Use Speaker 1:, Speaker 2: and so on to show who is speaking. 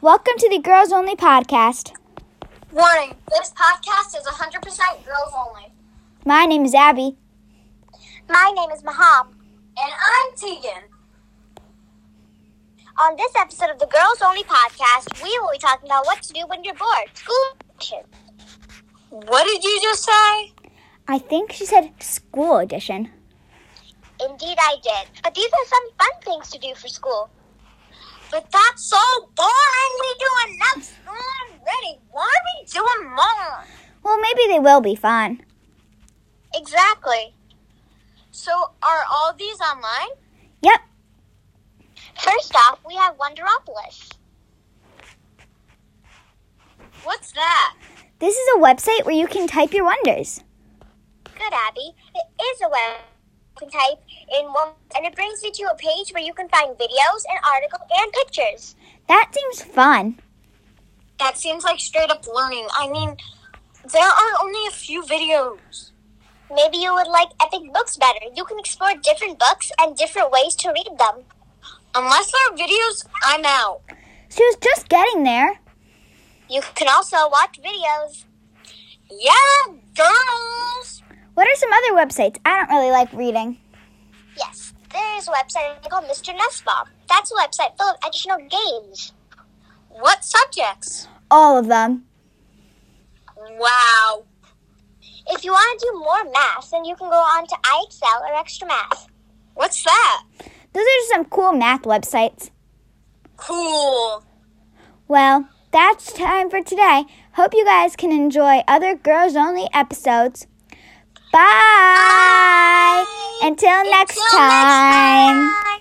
Speaker 1: Welcome to the Girls Only podcast.
Speaker 2: Warning, this podcast is 100% girls only.
Speaker 1: My name is Abby.
Speaker 2: My name is Maham. And I'm Tegan. On this episode of the Girls Only podcast, we will be talking about what to do when you're bored. School edition. What did you just say?
Speaker 1: I think she said school edition.
Speaker 2: Indeed, I did. But these are some fun things to do for school. But that's so boring. We do enough school already. Why are we doing more?
Speaker 1: Well, maybe they will be fun.
Speaker 2: Exactly. So, are all these online?
Speaker 1: Yep.
Speaker 2: First off, we have Wonderopolis. What's that?
Speaker 1: This is a website where you can type your wonders.
Speaker 2: Good, Abby. It is a web you can type in one, and it brings you to a page where you can find videos and articles and pictures.
Speaker 1: That seems fun.
Speaker 2: That seems like straight up learning. I mean, there are only a few videos. Maybe you would like epic books better. You can explore different books and different ways to read them. Unless there are videos, I'm out.
Speaker 1: She was just getting there.
Speaker 2: You can also watch videos. Yeah, girls!
Speaker 1: What are some other websites? I don't really like reading.
Speaker 2: Yes, there's a website called Mr. Nussbaum. That's a website full of additional games. What subjects?
Speaker 1: All of them.
Speaker 2: Wow. If you want to do more math, then you can go on to iExcel or Extra Math. What's that?
Speaker 1: Those are some cool math websites.
Speaker 2: Cool.
Speaker 1: Well, that's time for today. Hope you guys can enjoy other girls only episodes. Bye! Until, next, time.